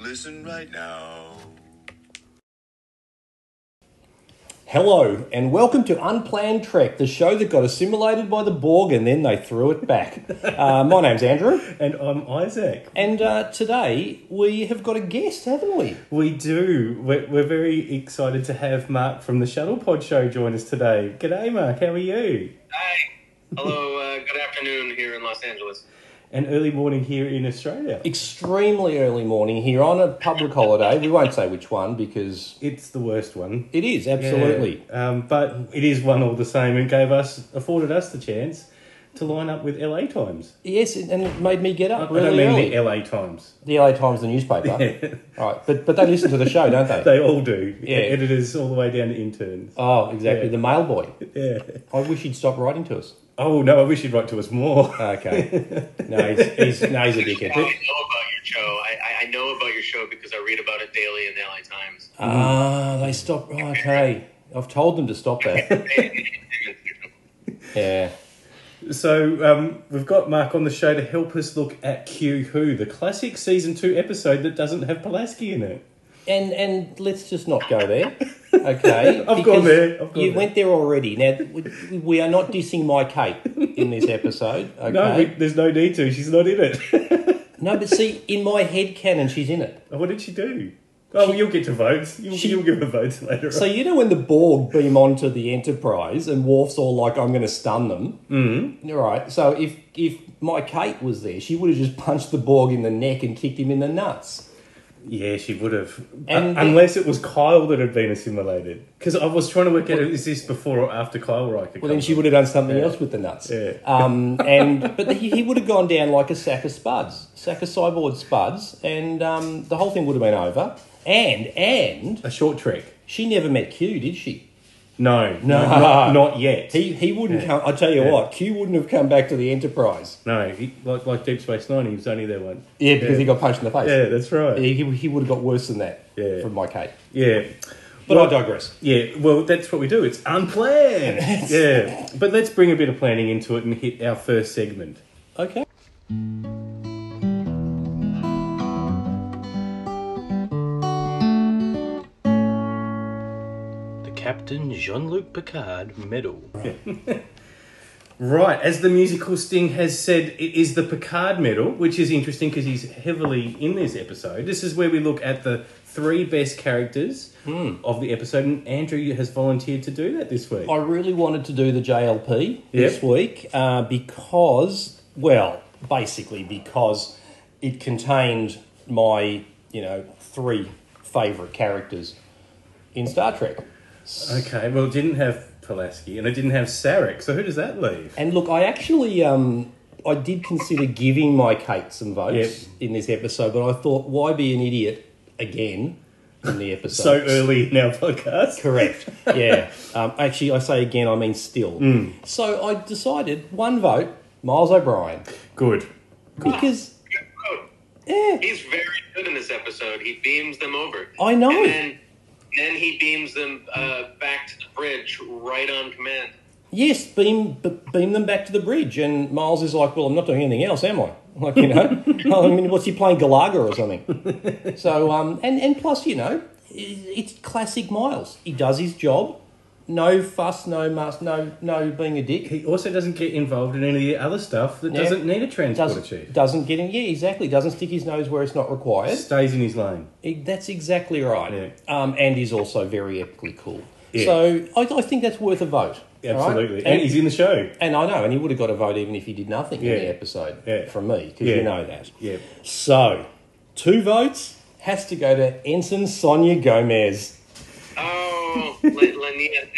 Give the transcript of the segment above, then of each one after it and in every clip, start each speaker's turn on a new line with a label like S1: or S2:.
S1: night.
S2: No.
S3: Hello, and welcome to Unplanned Trek, the show that got assimilated by the Borg and then they threw it back. uh, my name's Andrew,
S1: And I'm Isaac.
S3: and uh, today we have got a guest, haven't we?
S1: We do. We're, we're very excited to have Mark from the Shuttle Pod Show join us today. G'day, Mark. How are you?
S4: Hi. Hello. Uh, good afternoon here in Los Angeles.
S1: And early morning here in Australia.
S3: Extremely early morning here on a public holiday. We won't say which one because
S1: It's the worst one.
S3: it is, absolutely.
S1: Yeah. Um, but it is one all the same and gave us, afforded us the chance to line up with LA Times.
S3: Yes, and and it made me get up
S1: I don't
S3: really
S1: mean
S3: early.
S1: the LA Times.
S3: The LA Times, the newspaper. All right, but, but they listen to the show, don't they?
S1: They all do.
S3: Yeah.
S1: Editors all the way down to interns.
S3: Oh, exactly.
S1: Yeah.
S3: The mail boy.
S1: Yeah.
S3: I wish he'd stop writing to us.
S1: Oh, no, I wish you'd write to us more.
S3: Okay. No, he's, he's, no, he's a
S4: I
S3: dickhead.
S4: know about your show. I, I- I know about your show because I read about it daily in the LA Times.
S1: Mm-hmm.
S3: Ah, they stopped. oh, okay, I've told them to stop that. yeah.
S1: So um, we've got Mark on the show to help us look at Q Who, the classic season two episode that doesn't have Pulaski in it.
S3: And and let's just not go there. Okay.
S1: I've gone
S3: because
S1: there, I've gone
S3: you
S1: there.
S3: went there already. Now we, we are not dissing my Kate in this episode. Okay.
S1: No,
S3: No,
S1: we, there's no need to. She's not in it.
S3: but see, in my head canon, she's in it.
S1: what did she do? Oh, well, you'll get to votes. You'll,
S3: she-
S1: you'll give her votes later.
S3: So
S1: on.
S3: you know when the Borg beam onto the Enterprise and Worf's all like, "I'm going to stun them." Mm-hmm. Right. So if if my Kate was there, she would have just punched the Borg in the neck and kicked him in the nuts.
S1: Yeah, she would have.
S3: And-
S1: Uh, unless it was Kyle that had been assimilated. Because I was trying to work out is this before or after Kyle Riker?
S3: Well, then she would have done something else with the nuts.
S1: Yeah.
S3: Um, and but he, he would have gone down like a sack of spuds, sack of cyborg spuds, and um, the whole thing would have been over. And and
S1: A short trek.
S3: she never met Q, did she?
S1: No, no, not, not yet.
S3: He he wouldn't come. I tell you
S1: Yeah.
S3: what, Q wouldn't have come back to the Enterprise.
S1: no, he, like like Deep Space Nine, he was only there once.
S3: Yeah, because he got punched in the face.
S1: Yeah, that's right.
S3: He, he, he would have got worse than that
S1: Yeah.
S3: from my Kate.
S1: Yeah.
S3: But
S1: Well,
S3: I digress.
S1: Yeah, well, that's what we do. It's unplanned. yeah. But let's bring a bit of planning into it and hit our first segment.
S3: Okay.
S5: The Captain Jean Luc Picard Medal.
S1: Right, as the musical Sting has said, it is the Picard medal, which is interesting because he's heavily in this episode. This is where we look at the three best characters of the episode, and Andrew has volunteered to do that this week.
S3: I really wanted to do the JLP
S1: Yep.
S3: this week uh, because, well, basically because it contained my, you know, three favourite characters in Star Trek.
S1: Okay, well, it didn't have Pulaski and it didn't have Sarek, so who does that leave?
S3: And look, I actually, um, I did consider giving my Kate some votes in this episode, but I thought, why be an idiot again in the episode?
S1: So early in our podcast.
S3: Correct. Yeah. Um, actually, I say again, I mean still.
S1: Mm.
S3: So I decided one vote, Miles O'Brien,
S1: Good.
S3: because eh, yeah,
S4: He's very good in this episode. He beams them over.
S3: I know.
S4: And then, then he beams them uh, back to the bridge right on command.
S3: yes, beam b- beam them back to the bridge, and Miles is like, "Well, I'm not doing anything else, am I?" Like you know, I mean, what's he playing Galaga or something? So um, and and plus, you know, i- it's classic Miles. He does his job, no fuss, no muss, no no being a dick.
S1: He also doesn't get involved in any of the other stuff that
S3: Yeah.
S1: doesn't need a transporter chief.
S3: Doesn't, doesn't get in, yeah, exactly. Doesn't stick his nose where it's not required.
S1: stays in his lane.
S3: E- That's exactly right. Um, and he's also very epically cool.
S1: Yeah.
S3: So I, I think that's worth a vote. all right?
S1: Absolutely. And,
S3: And,
S1: he's in the show.
S3: and I know, and he would have got a vote even if he did nothing
S1: Yeah.
S3: in the episode
S1: Yeah.
S3: from me, because
S1: Yeah.
S3: you know that.
S1: Yeah.
S3: So, two votes has to go to Ensign Sonia Gomez.
S4: Oh, Lania.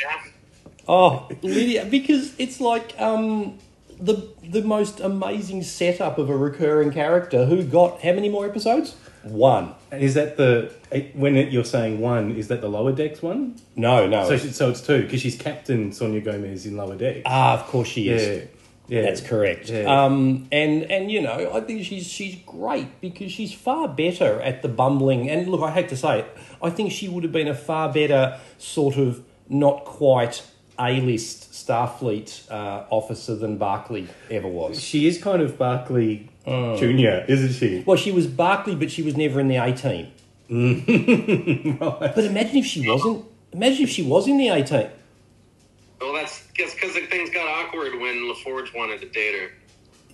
S3: Oh, Lydia, because it's like um, the the most amazing setup of a recurring character who got how many more episodes? One.
S1: And is that the when it, you're saying one? Is that the lower decks one?
S3: No, no.
S1: So she, so it's two because she's captain Sonia Gomez in lower decks.
S3: ah, of course she is.
S1: yeah, yeah,
S3: That's correct.
S1: Yeah.
S3: Um, and and you know, I think she's she's great because she's far better at the bumbling. And look, I hate to say it, I think she would have been a far better sort of not quite a list Starfleet uh, officer than Barclay ever was.
S1: she is kind of Barclay Junior, isn't she?
S3: Well, she was Barclay, but she was never in the A team.
S1: right.
S3: But imagine if she wasn't. Imagine if she was in the A team.
S4: Well, that's because things got awkward when LaForge wanted to date her.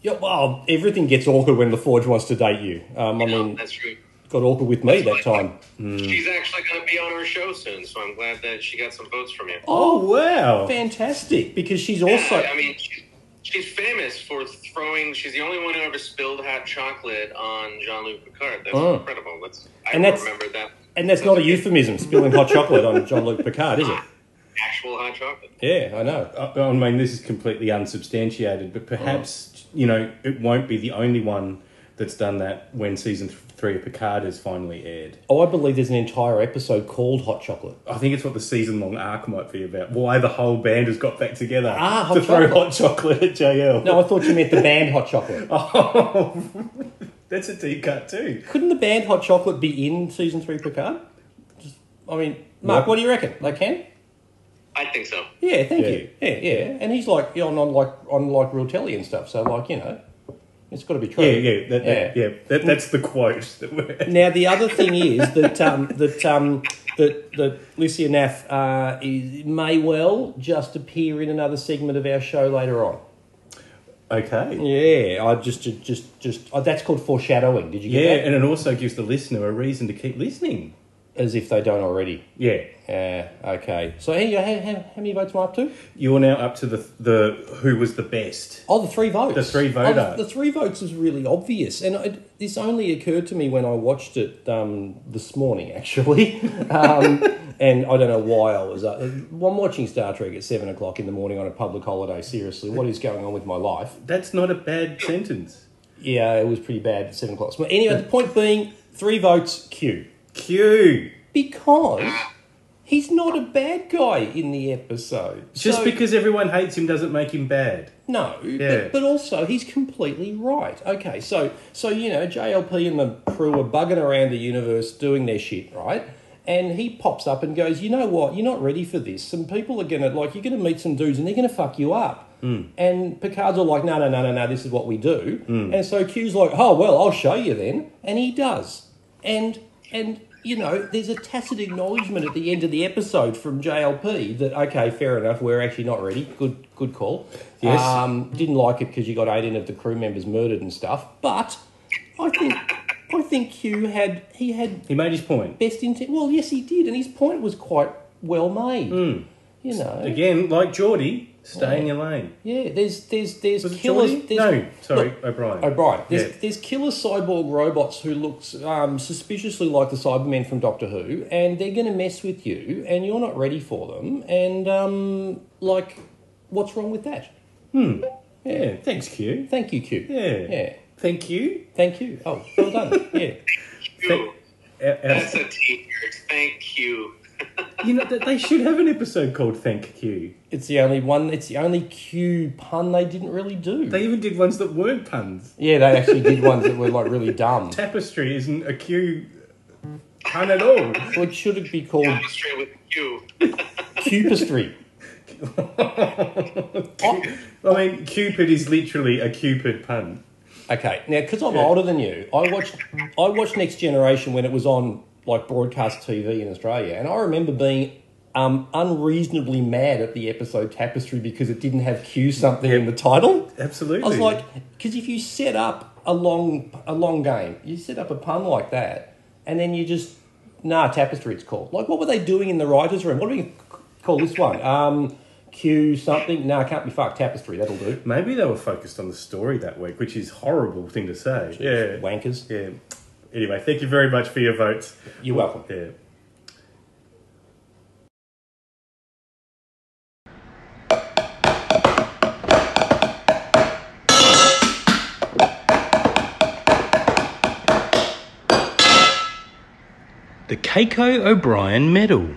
S3: Yeah, well, everything gets awkward when LaForge wants to date you. Um, I
S4: No,
S3: mean, mm.
S4: that's true.
S3: it got awkward with me that time.
S4: She's actually going to be on our show soon, so I'm glad that she got some votes from you.
S1: Oh wow!
S3: Fantastic, because she's
S4: Yeah,
S3: also.
S4: I mean, she's, she's famous for throwing. She's the only one who ever spilled hot chocolate on Jean Luc Picard. That's
S3: Oh.
S4: incredible. That's I
S3: And that's-
S4: remember that
S3: And that's not a euphemism, spilling hot chocolate on John Luke Picard, is it?
S4: actual hot chocolate.
S3: Yeah, I know.
S1: I I mean, this is completely unsubstantiated, but perhaps you know it won't be the only one that's done that when season th- three of Picard is finally aired.
S3: Oh, I believe there's an entire episode called Hot Chocolate.
S1: I think it's what the season long arc might be about. Why the whole band has got back together
S3: Ah, hot
S1: to
S3: chocolate.
S1: throw hot chocolate at JL.
S3: No, I thought you meant the band Hot Chocolate.
S1: that's a deep cut too.
S3: Couldn't the band Hot Chocolate be in season three Picard? Just, I mean, Mark,
S1: Yep.
S3: what do you reckon? They can?
S4: I think so.
S3: Yeah, thank
S1: Yeah.
S3: you. Yeah, yeah. And he's like you know, on, on like on like real telly and stuff. So like you know, it's got to be true.
S1: Yeah, yeah, that, that-
S3: Yeah.
S1: yeah. that, that's the quote that we're.
S3: Now the other thing is that um, that um, that that Lucia Naff uh, is, may well just appear in another segment of our show later on.
S1: Okay.
S3: Yeah, I just ju- just just oh, that's called foreshadowing. Did you
S1: Yeah,
S3: get that?
S1: and it also gives the listener a reason to keep listening.
S3: As if they don't already.
S1: Yeah,
S3: Yeah. Okay. So hey, how, how, how many votes am I up to?
S1: you're now up to the the who was the best.
S3: Oh, the three votes.
S1: The three
S3: Oh, the-
S1: voter.
S3: the, three votes is really obvious, and it, this only occurred to me when I watched it um, this morning, actually. Um, and I don't know why I was. Uh, I'm watching Star Trek at seven o'clock in the morning on a public holiday. Seriously, what is going on with my life?
S1: That's not a bad sentence.
S3: Yeah, it was pretty bad at seven o'clock. But anyway, the point being, three votes. Q
S1: Q.
S3: because he's not a bad guy in the episode.
S1: Just
S3: So-
S1: because everyone hates him doesn't make him bad.
S3: No,
S1: Yeah.
S3: but, but also he's completely right. Okay, so so you know JLP and the crew are bugging around the universe doing their shit, right? And he pops up and goes, you know what? You're not ready for this. Some people are gonna like you're gonna meet some dudes and they're gonna fuck you up. And Picard's all like, no, no, no, no, no. This is what we do. And so Q's like, oh well, I'll show you then. And he does. And and you know, there's a tacit acknowledgement at the end of the episode from JLP that okay, fair enough. We're actually not ready. Good good call.
S1: Yes.
S3: Um, didn't like it because you got 18 of the crew members murdered and stuff. But I think I think Hugh had he had
S1: He made his point.
S3: best intent. Well, yes, he did, and his point was quite well made.
S1: Hmm.
S3: You know,
S1: Again, like Geordie, stay in your lane.
S3: yeah. There's there's there's
S1: Was it
S3: killers.
S1: Geordie?
S3: there's-
S1: No, sorry,
S3: look,
S1: O'Brien.
S3: O'Brien. Oh, There's,
S1: Yeah.
S3: there's killer cyborg robots who look um, suspiciously like the Cybermen from Doctor Who, and they're going to mess with you, and you're not ready for them. And um, like, what's wrong with that?
S1: Yeah, thanks, Q.
S3: Thank you, Q.
S1: Yeah.
S3: Yeah.
S1: Thank you.
S3: Thank you. Oh, well done. yeah.
S4: Phew.
S1: Our- our-
S4: That's a T-shirt. Thank you.
S1: you know, th- they should have an episode called Thank Q.
S3: It's the only one, it's the only Q pun they didn't really do.
S1: They even did ones that weren't puns.
S3: yeah, they actually did ones that were like really dumb.
S1: Tapestry isn't a Q pun at all.
S3: What should it be called?
S4: Straight with you.
S3: Cupistry. Oh,
S1: I mean, Cupid is literally a Cupid pun.
S3: okay, now because I'm older than you, I watched I watched Next Generation when it was on like broadcast TV in Australia, and I remember being um, unreasonably mad at the episode Tapestry because it didn't have Q something in the title.
S1: Absolutely.
S3: I was like, because if you set up a long a long game, you set up a pun like that, and then you just nah tapestry. It's called like what were they doing in the writers' room? What do we c- call this one? Um, Q something? Nah, can't be fucked. Tapestry. That'll do.
S1: maybe they were focused on the story that week, which is horrible thing to say. Yeah.
S3: Wankers.
S1: Yeah. Anyway, thank you very much for your votes.
S3: You're welcome.
S1: Yeah.
S5: The Keiko O'Brien Medal.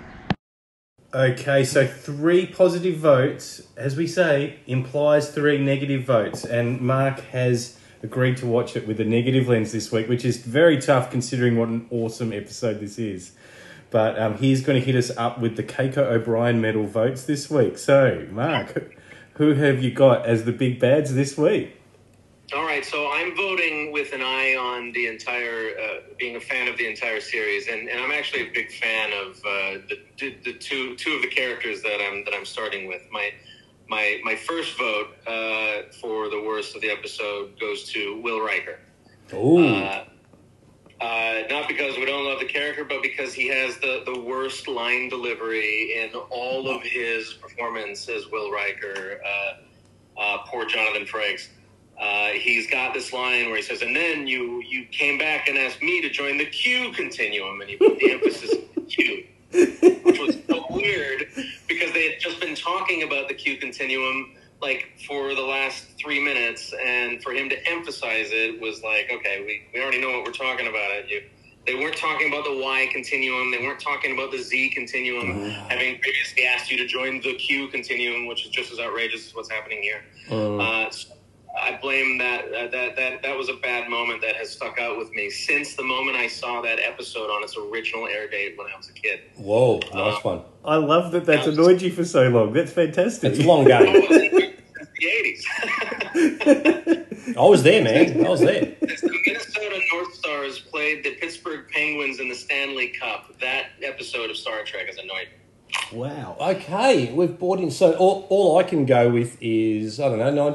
S1: Okay, so three positive votes, as we say, implies three negative votes, and Mark has agreed to watch it with a negative lens this week, which is very tough considering what an awesome episode this is. But um, he's going to hit us up with the Keiko O'Brien medal votes this week. So, Mark, who have you got as the big bads this week?
S4: All right, so I'm voting with an eye on the entire, uh, being a fan of the entire series, and, and I'm actually a big fan of uh, the, the the two two of the characters that I'm that I'm starting with. My my my first vote uh, for the worst of the episode goes to Will Riker.
S3: Ooh.
S4: Uh, uh, not because we don't love the character, but because he has the, the worst line delivery in all of his performance as Will Riker. Uh, uh, poor Jonathan Frakes. Uh, he's got this line where he says, "And then you you came back and asked me to join the Q continuum," and he put the emphasis on Q, which was so weird because they had just been talking about the Q continuum like for the last three minutes, and for him to emphasize it was like, okay, we, we already know what we're talking about. It you, they weren't talking about the Y continuum. They weren't talking about the Z continuum, having previously asked you to join the Q continuum, which is just as outrageous as what's happening here.
S1: Mm.
S4: Uh, so I blame that, uh, that that that was a bad moment that has stuck out with me since the moment I saw that episode on its original air date when I was a kid.
S3: Whoa, nice one.
S1: I love that that's annoyed you for so long. That's fantastic.
S3: It's a long game.
S4: Oh, since the eighties.
S3: I was there, man. I was there.
S4: Since the Minnesota North Stars played the Pittsburgh Penguins in the Stanley Cup, that episode of Star Trek has annoyed me.
S1: Wow.
S3: Okay, we've bought in. So all, all I can go with is I don't know,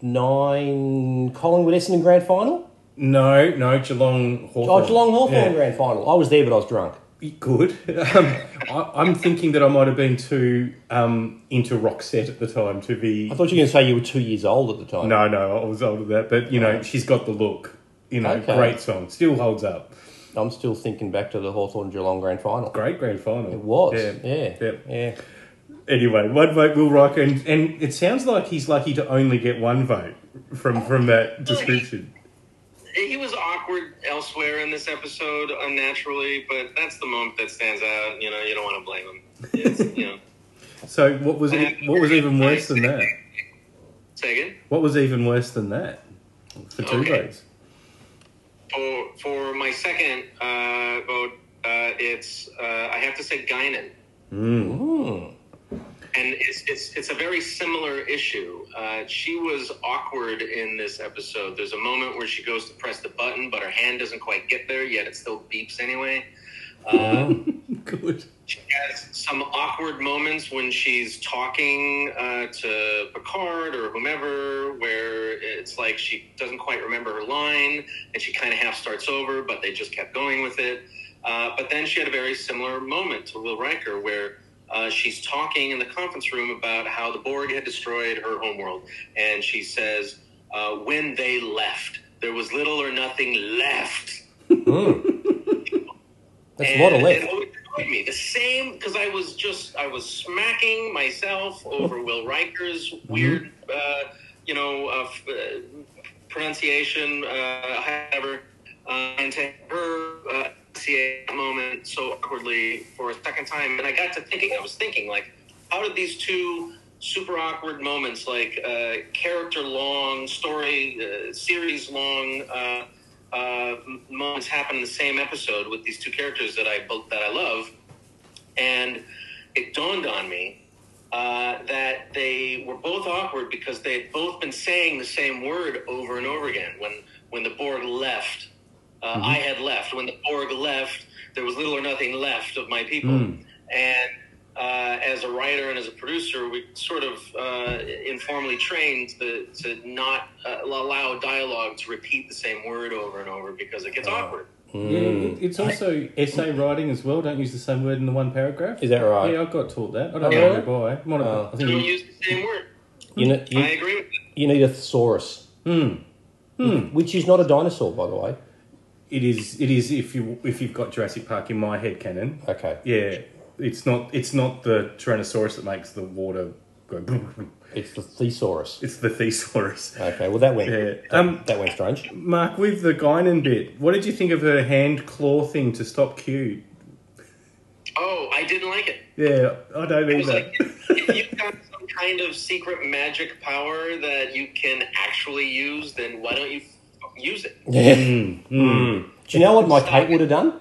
S3: 1989 Collingwood Essendon Grand Final.
S1: No, no, Geelong Hawthorn.
S3: Oh, Geelong Hawthorn
S1: Yeah.
S3: Grand Final. I was there, but I was drunk.
S1: Good. Um, I, I'm thinking that I might have been too um, into rock set at the time to be.
S3: I thought you were going to say you were two years old at the time.
S1: No, no, I was older than that, but you know, she's got the look. You know,
S3: Okay.
S1: great song, still holds up.
S3: I'm still thinking back to the Hawthorn Geelong Grand Final.
S1: Great grand final. It
S3: Was yeah,
S1: yeah.
S3: yeah.
S1: Anyway, one vote Will Riker, and, and it sounds like he's lucky to only get one vote from from that description.
S4: He was awkward elsewhere in this episode, unnaturally, but that's the moment that stands out. You know, you don't want to blame him. It's, you know,
S1: So what was it, what was even worse than that?
S4: say again.
S1: What was even worse than that for two
S4: Okay.
S1: votes?
S4: For for my second uh, vote, uh, it's uh, I have to say Guinan.
S3: Mm.
S4: and it's it's it's a very similar issue. Uh, she was awkward in this episode. There's a moment where she goes to press the button, but her hand doesn't quite get there yet. It still beeps anyway. Uh,
S3: Mm.
S1: Good.
S4: she has some awkward moments when she's talking uh, to Picard or whomever, where it's like she doesn't quite remember her line, and she kind of half starts over, but they just kept going with it. Uh, but then she had a very similar moment to Will Riker, where uh, she's talking in the conference room about how the Borg had destroyed her homeworld, and she says, uh, "When they left, there was little or nothing left."
S3: Mm. That's a lot of
S4: And
S3: left.
S4: It always annoyed me. The same because I was just I was smacking myself over Will Riker's weird,
S3: Mm-hmm.
S4: uh, you know, uh, f- uh, pronunciation, uh, however, uh, and to her uh, enunciate that moment so awkwardly for a second time, and I got to thinking. I was thinking like, how did these two super awkward moments, like uh, character long, story uh, series long. Uh, uh, m- moments happen in the same episode with these two characters that I both that I love, and it dawned on me uh, that they were both awkward because they had both been saying the same word over and over again. When when the Borg left, uh, I had left. When the Borg left, there was little or nothing left of my people, and. Uh, as a writer and as a producer, we sort of uh, informally trained the, to not uh, allow dialogue to repeat the same word over and over because it gets awkward.
S1: Yeah,
S3: Mm.
S1: it- it's also Hmm. essay writing as well. Don't use the same word in the one paragraph.
S3: Is that right?
S1: Yeah, I got taught that. I don't
S3: Yeah.
S1: know why. Monica, I think
S4: Don't
S1: you-
S4: use the same word.
S3: You, ne-
S4: I
S3: you,
S4: agree with that.
S3: you need a thesaurus.
S1: Hmm.
S3: Which is not a dinosaur, by the way.
S1: it is. It is if you if you've got Jurassic Park in my head canon.
S3: Okay.
S1: Yeah, it's not. It's not the Tyrannosaurus that makes the water go.
S3: It's the thesaurus.
S1: It's the Thesaurus.
S3: Okay, well, that went,
S1: Yeah.
S3: that,
S1: Um,
S3: that went strange.
S1: Mark, with the Guinan bit, what did you think of her hand claw thing to stop Q?
S4: Oh, I didn't like it.
S1: Yeah, I don't
S4: It was
S1: either.
S4: like if you've got some kind of secret magic power that you can actually use, then why don't you f- use it?
S3: Yeah.
S1: Hmm.
S3: Do you know what my Kate would have done?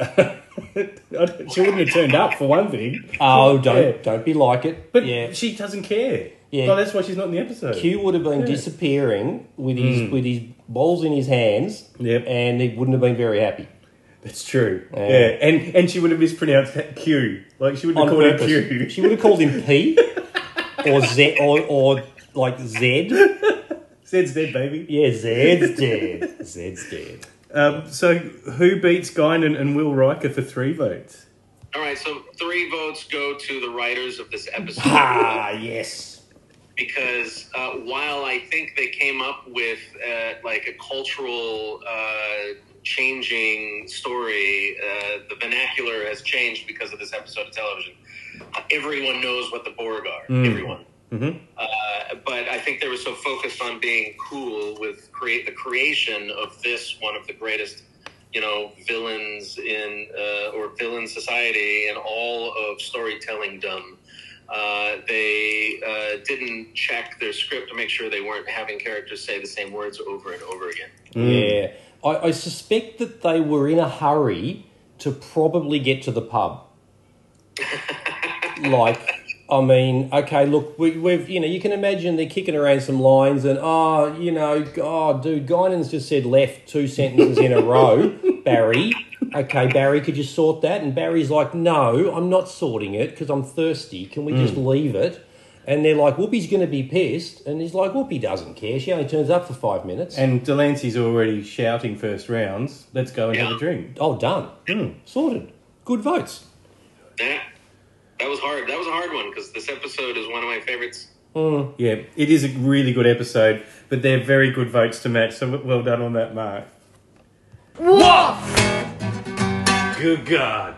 S1: I don't- she wouldn't have turned up for one thing,
S3: Oh, don't
S1: Yeah.
S3: don't be like it.
S1: but
S3: yeah,
S1: she doesn't care.
S3: Yeah.
S1: Oh, that's why she's not in the episode.
S3: Q would have been
S1: Yeah. Hmm.
S3: disappearing with his with his balls in his hands,
S1: Yep.
S3: and he wouldn't have been very happy.
S1: That's true. Yeah.
S3: Yeah.
S1: and and she would have mispronounced that Q. Like she would have
S3: On
S1: called it
S3: purpose.
S1: Q.
S3: She would have called him P or Z or, or like Z.
S1: Zed's dead, baby.
S3: Yeah, Zed's dead. Zed's dead.
S1: Um, so who beats Guinan and Will Riker for three votes?
S4: All right, so three votes go to the writers of this episode.
S3: Ah, yes.
S4: because uh, while I think they came up with uh, like a cultural uh, changing story, uh, the vernacular has changed because of this episode of television. Everyone knows what the Borg are. Everyone. Uh, but I think they were so focused on being cool with create the creation of this one of the greatest, you know, villains in uh, or villain society in all of storytelling. Dumb. Uh, they uh, didn't check their script to make sure they weren't having characters say the same words over and over again.
S3: Yeah. I, I suspect that they were in a hurry to probably get to the pub. like, I mean, okay, look, we, we've, you know, you can imagine they're kicking around some lines and, oh, you know, oh, dude, Guinan's just said left two sentences in a row, Barry. Okay, Barry, could you sort that? And Barry's like, no, I'm not sorting it because I'm thirsty. Can we just leave it? And they're like, Whoopi's going to be pissed. And he's like, Whoopi doesn't care. She only turns up for five minutes.
S1: And Delancey's already shouting first rounds. Let's go and have a
S4: Yeah.
S1: drink.
S3: Oh, done. Sorted. Good votes.
S4: That that was hard. That was a hard one because this episode is one of my favorites.
S1: Yeah, it is a really good episode, but they're very good votes to match. So well done on that, Mark.
S2: Good God.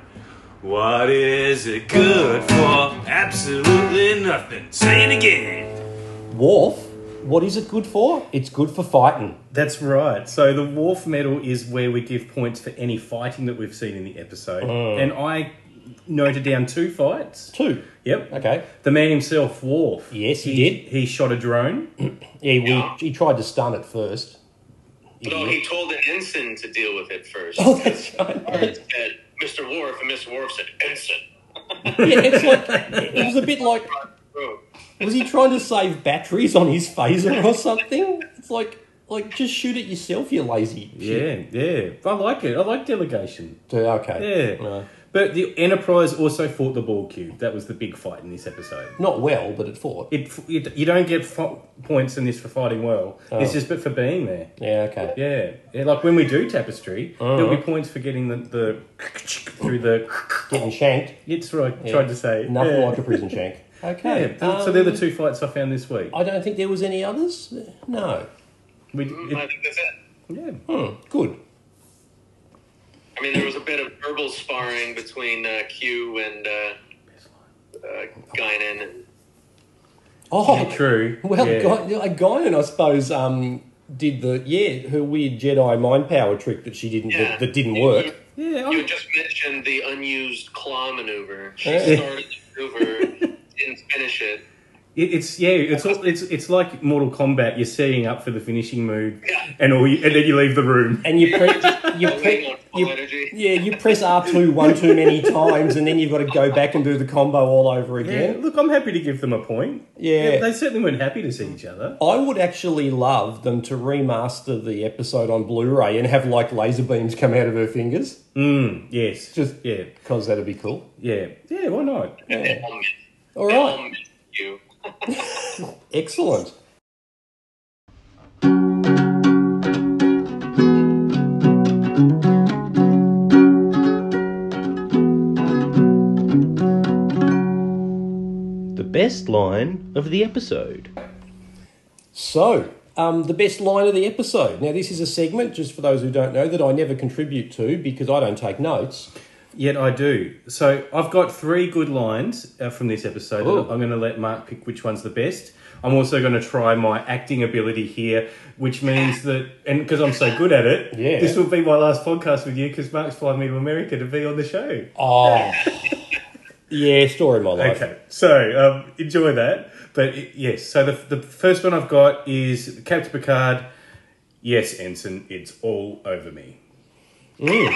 S2: What is it good for? Absolutely nothing. Say it again.
S3: Wharf, what is it good for? It's good for fighting.
S1: That's right. So the Wharf Medal is where we give points for any fighting that we've seen in the episode,
S3: Oh.
S1: and I noted down two fights.
S3: Two.
S1: Yep.
S3: Okay.
S1: The man himself, Worf.
S3: Yes, he did.
S1: He shot a drone.
S3: Yeah, we,
S4: Yeah.
S3: he tried to stun it first.
S4: No, he told an ensign to deal with it first.
S3: Oh, that's right.
S4: Or it said, Mr. Worf, and Mr. Worf said, ensign.
S3: Yeah, it's like, it was a bit like,
S4: Oh.
S3: was he trying to save batteries on his phaser or something? It's like, like just shoot it yourself, you lazy.
S1: Yeah, yeah. I like it. I like delegation.
S3: shit. Uh, Okay.
S1: Yeah.
S3: No.
S1: But the Enterprise also fought the ball cube. That was the big fight in this episode.
S3: Not well, but it fought.
S1: It, it you don't get fo- points in this for fighting well.
S3: Oh.
S1: It's just but for being there.
S3: Yeah, okay.
S1: Yeah. Yeah, like when we do tapestry, there'll be points for getting the, the through the.
S3: Getting shanked.
S1: It's what I tried to say.
S3: Nothing
S1: Yeah.
S3: like a prison shank.
S1: Yeah.
S3: Okay.
S1: So so
S3: um,
S1: they're the two fights I found this week.
S3: I don't think there was any others. No.
S1: We,
S4: hmm, I
S1: it,
S4: think that's it.
S1: yeah.
S3: Hmm, good.
S4: I mean, there was a bit of verbal sparring between uh, Q and uh, uh, Guinan. And,
S3: Oh,
S1: True.
S3: Well,
S1: Yeah.
S3: Guy Guinan, I suppose, um, did the yeah her weird Jedi mind power trick that she didn't
S4: Yeah.
S3: that, that didn't work.
S1: Yeah,
S4: You
S1: I'm-
S4: just mentioned the unused claw maneuver. She
S3: Yeah.
S4: started the maneuver, didn't finish it.
S1: It, it's yeah, it's all, it's it's like Mortal Kombat. You're setting up for the finishing move,
S4: Yeah.
S1: and all you, and then you leave the room.
S3: And you pre- you,
S4: Waiting
S3: pre-
S4: on full
S3: you
S4: energy.
S3: yeah you press R two one too many times, and then you've got to go back and do the combo all over
S1: Yeah,
S3: again.
S1: look, I'm happy to give them a point.
S3: Yeah.
S1: they certainly weren't happy to see each other.
S3: I would actually love them to remaster the episode on Blu-ray and have like laser beams come out of her fingers
S1: Mm, Yes,
S3: Just-
S1: yeah,
S3: because that'd be cool.
S1: yeah, yeah. Why not?
S3: Yeah.
S4: I'll miss-
S3: All
S4: I'll
S3: right,
S4: miss you.
S3: excellent.
S5: The best line of the episode.
S3: So, um, the best line of the episode. Now, this is a segment, just for those who don't know, that I never contribute to because I don't take notes.
S1: Yet I do. So I've got three good lines uh, from this episode.
S3: Ooh.
S1: I'm going to let Mark pick which one's the best. I'm also going to try my acting ability here, which means that, and because I'm so good at it,
S3: Yeah.
S1: this will be my last podcast with you because Mark's flying me to America to be on the show.
S3: Oh, yeah, story of my life.
S1: Okay, so um, enjoy that. But i yes, so the, the first one I've got is Captain Picard. Yes, Ensign, it's all over me.
S3: Mm.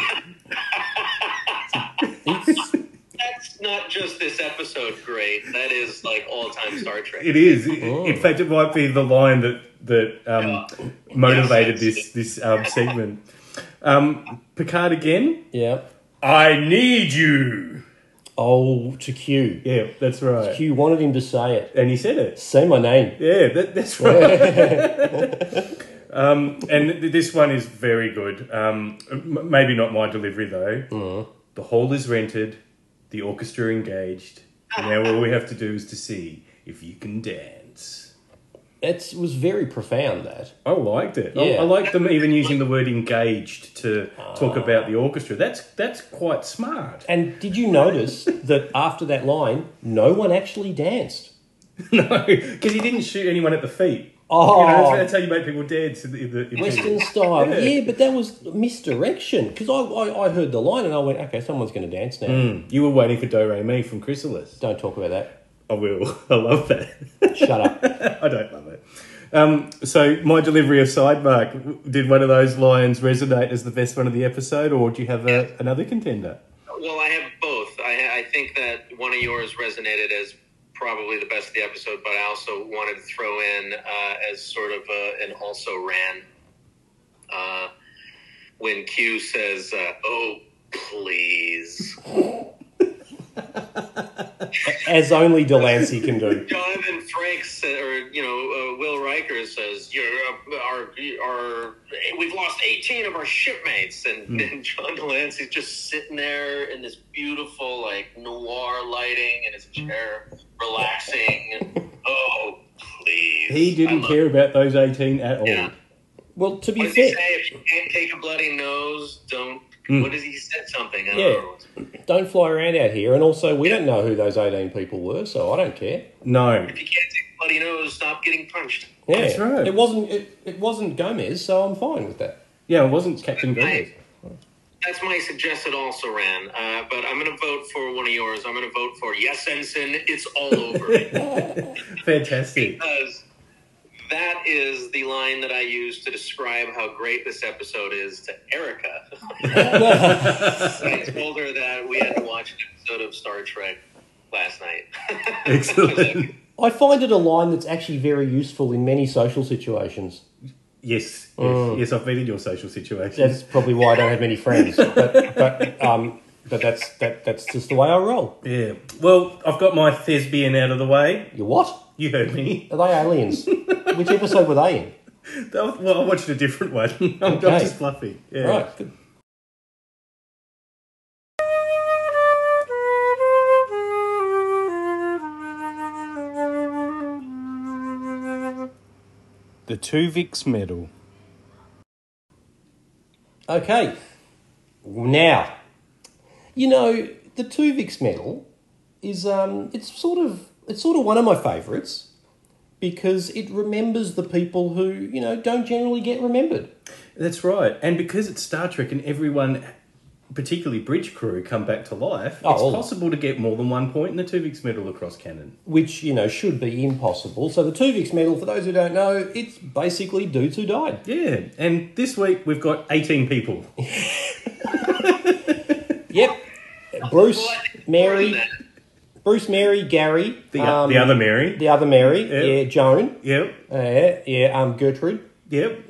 S4: That's not just this episode great. That is like all time Star Trek.
S1: It is. I- In fact, it might be the line that that um, motivated this this um, segment. Um, Picard again.
S3: Yeah.
S1: I need you.
S3: Oh, to Q.
S1: Yeah, that's right.
S3: Q wanted him to say it.
S1: And he said it.
S3: Say my name.
S1: Yeah, that, that's right. um, and th- this one is very good. Um, m- maybe not my delivery though. The hall is rented. The orchestra engaged. Now all we have to do is to see if you can dance.
S3: It was very profound. That
S1: I liked it. I,
S3: Yeah.
S1: I like them even using the word engaged to talk about the orchestra. That's that's quite smart.
S3: And did you notice that after that line, no one actually danced?
S1: no, because he didn't shoot anyone at the feet.
S3: Oh.
S1: you know, that's, that's how you make people dance in the, in the, in the-
S3: Western style.
S1: Yeah.
S3: Yeah, but that was misdirection because I, I, I heard the line and I went, okay, someone's going to dance now.
S1: Hmm. You were waiting for Do Re Mi from Chrysalis.
S3: Don't talk about that.
S1: I will. I love that.
S3: Shut up.
S1: I don't love it. Um, so my delivery of sidemark did one of those lines resonate as the best one of the episode, or do you have a, another contender?
S4: Well, I have both. I, I think that one of yours resonated as probably the best of the episode, but I also wanted to throw in uh, as sort of uh an also ran uh, when Q says, uh, "Oh, please."
S3: As only Delancey can do.
S4: Jonathan Frank said, or you know, uh, Will Riker says, "You're uh, our, our, we've lost eighteen of our shipmates," and, and John Delancey's just sitting there in this beautiful like noir lighting in his chair, relaxing. oh, please!
S1: He didn't
S4: I love-
S1: care about those eighteen at all.
S4: Yeah.
S3: Well, to be
S4: What does he
S3: fair,
S4: say? If you can't take a bloody nose, don't. What does he said something? I don't
S3: Yeah.
S4: know.
S3: don't fly around out here. And also, we don't know who those 18 people were, so I don't care.
S1: No,
S4: If you can't take a bloody nose, stop getting punched.
S3: Yeah.
S1: That's right.
S3: It wasn't, it, it wasn't Gomez, so I'm fine with that.
S1: yeah, it wasn't Captain Gomez.
S4: That's my suggested also ran, uh, but I'm going to vote for one of yours. I'm going to vote for yes, ensign. It's all over
S1: Fantastic.
S4: because that is the line that I use to describe how great this episode is to Erica. I told her that we had to watch an episode of Star Trek last night.
S1: Excellent.
S3: I find it a line that's actually very useful in many social situations.
S1: Yes, yes,
S3: Mm.
S1: yes. I've been in your social situations.
S3: That's probably why I don't have many friends. But, but, um, but that's, that, that's just the way I roll.
S1: Yeah. Well, I've got my thespian out of the way.
S3: You what?
S1: You heard me.
S3: Are they aliens? Which episode were they in?
S1: That was- Well, I watched a different one. I'm, I'm
S3: Okay.
S1: just fluffy. Yeah.
S3: Right. good.
S2: The Tuvix medal.
S3: Okay. Now, you know the Tuvix medal is um, it's sort of it's sort of one of my favourites because it remembers the people who you know don't generally get remembered.
S1: That's right. And because it's Star Trek and everyone, particularly bridge crew, come back to life,
S3: Oh,
S1: it's
S3: all-
S1: possible to get more than one point in the Tuvix medal across canon.
S3: which you know should be impossible. So the Tuvix medal, for those who don't know, it's basically dudes who died.
S1: Yeah. And this week we've got 18 people.
S3: Yep, Bruce,
S4: More
S3: Mary,
S4: than
S3: Bruce, Mary, Gary, um,
S1: The, uh, the other Mary.
S3: the other Mary,
S1: Yeah.
S3: yeah, Joan,
S1: Yep.
S3: yeah, yeah, um, Gertrude,
S1: Yep.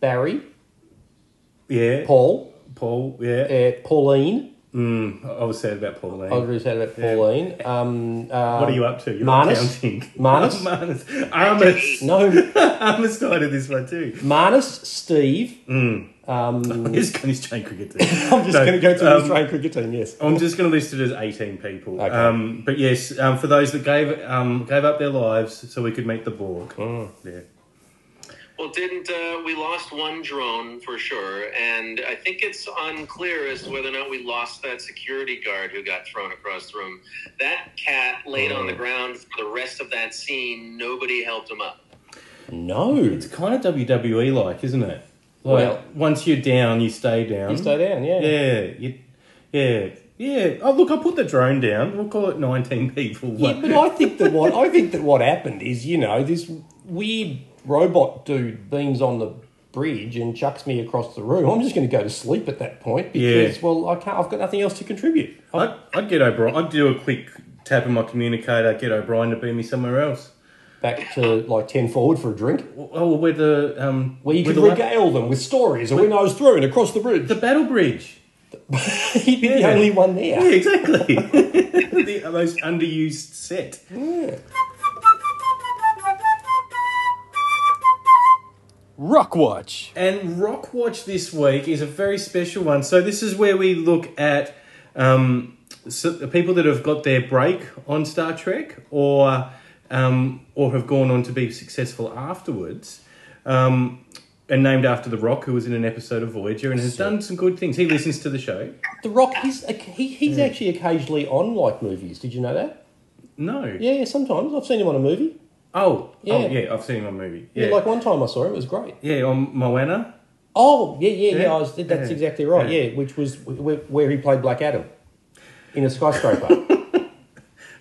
S3: Barry,
S1: Yeah.
S3: Paul,
S1: Paul. Yeah.
S3: uh, Pauline.
S1: I I was sad about Pauline.
S3: I was really sad about Pauline. Oh, Um, uh,
S1: What are you up to? You're
S3: Marnus?
S1: not counting.
S3: Marnus?
S1: Marnus. Armus.
S3: No,
S1: Armus died in this one too.
S3: Marnus, Steve. Um,
S1: He's got his chain cricket team.
S3: Mm. I'm just
S1: Mm. No,
S3: going to go to the
S1: um,
S3: Australian cricket team. Yes.
S1: I'm just going to list it as 18 people.
S3: Okay.
S1: Um, but yes, um, for those that gave um, gave up their lives so we could meet the Borg.
S3: Mm.
S1: Yeah.
S4: Well, didn't uh, we lost one drone for sure, and I think it's unclear as to whether or not we lost that security guard who got thrown across the room. That cat laid on the ground for the rest of that scene. Nobody helped him up.
S3: No.
S1: It's kind of WWE like, isn't it? Like,
S3: Well-
S1: once you're down, you stay down.
S3: You stay down. Yeah.
S1: Yeah. You, yeah. Yeah. Oh, look, I put the drone down. We'll call it 19 people.
S3: Yeah, but I think that what I think that what happened is, you know, this weird robot dude beams on the bridge and chucks me across the room, I'm just going to go to sleep at that point because,
S1: Yeah.
S3: well, I can't. I've got nothing else to contribute. I-
S1: I'd, I'd get O'Brien. I'd do a quick tap in my communicator, get O'Brien to beam me somewhere else.
S3: back to like ten forward for a drink,
S1: Oh, where the um,
S3: where you
S1: where
S3: can
S1: the la-
S3: regale them with stories of when I was thrown across the bridge.
S1: the battle bridge.
S3: He'd be the
S1: Yeah.
S3: only one there.
S1: Yeah, exactly. the most underused set.
S3: Rock watch.
S1: And Rock Watch this week is a very special one. So this is where we look at um, so the people that have got their break on Star Trek, or um, or have gone on to be successful afterwards, um, and named after the Rock, who was in an episode of Voyager and has done some good things. He listens to the show.
S3: The Rock. He's he, he's actually occasionally on like movies. Did you know that?
S1: No.
S3: Yeah, yeah. Sometimes I've seen him on a movie.
S1: Oh,
S3: Yeah.
S1: oh, yeah. I've seen him on a movie.
S3: Yeah.
S1: Yeah,
S3: like one time I saw him. It was great.
S1: yeah, on Moana.
S3: Oh yeah, yeah, yeah.
S1: Yeah.
S3: I was, that's
S1: Yeah.
S3: exactly right. Yeah.
S1: Yeah.
S3: which was where, where he played Black Adam in a skyscraper.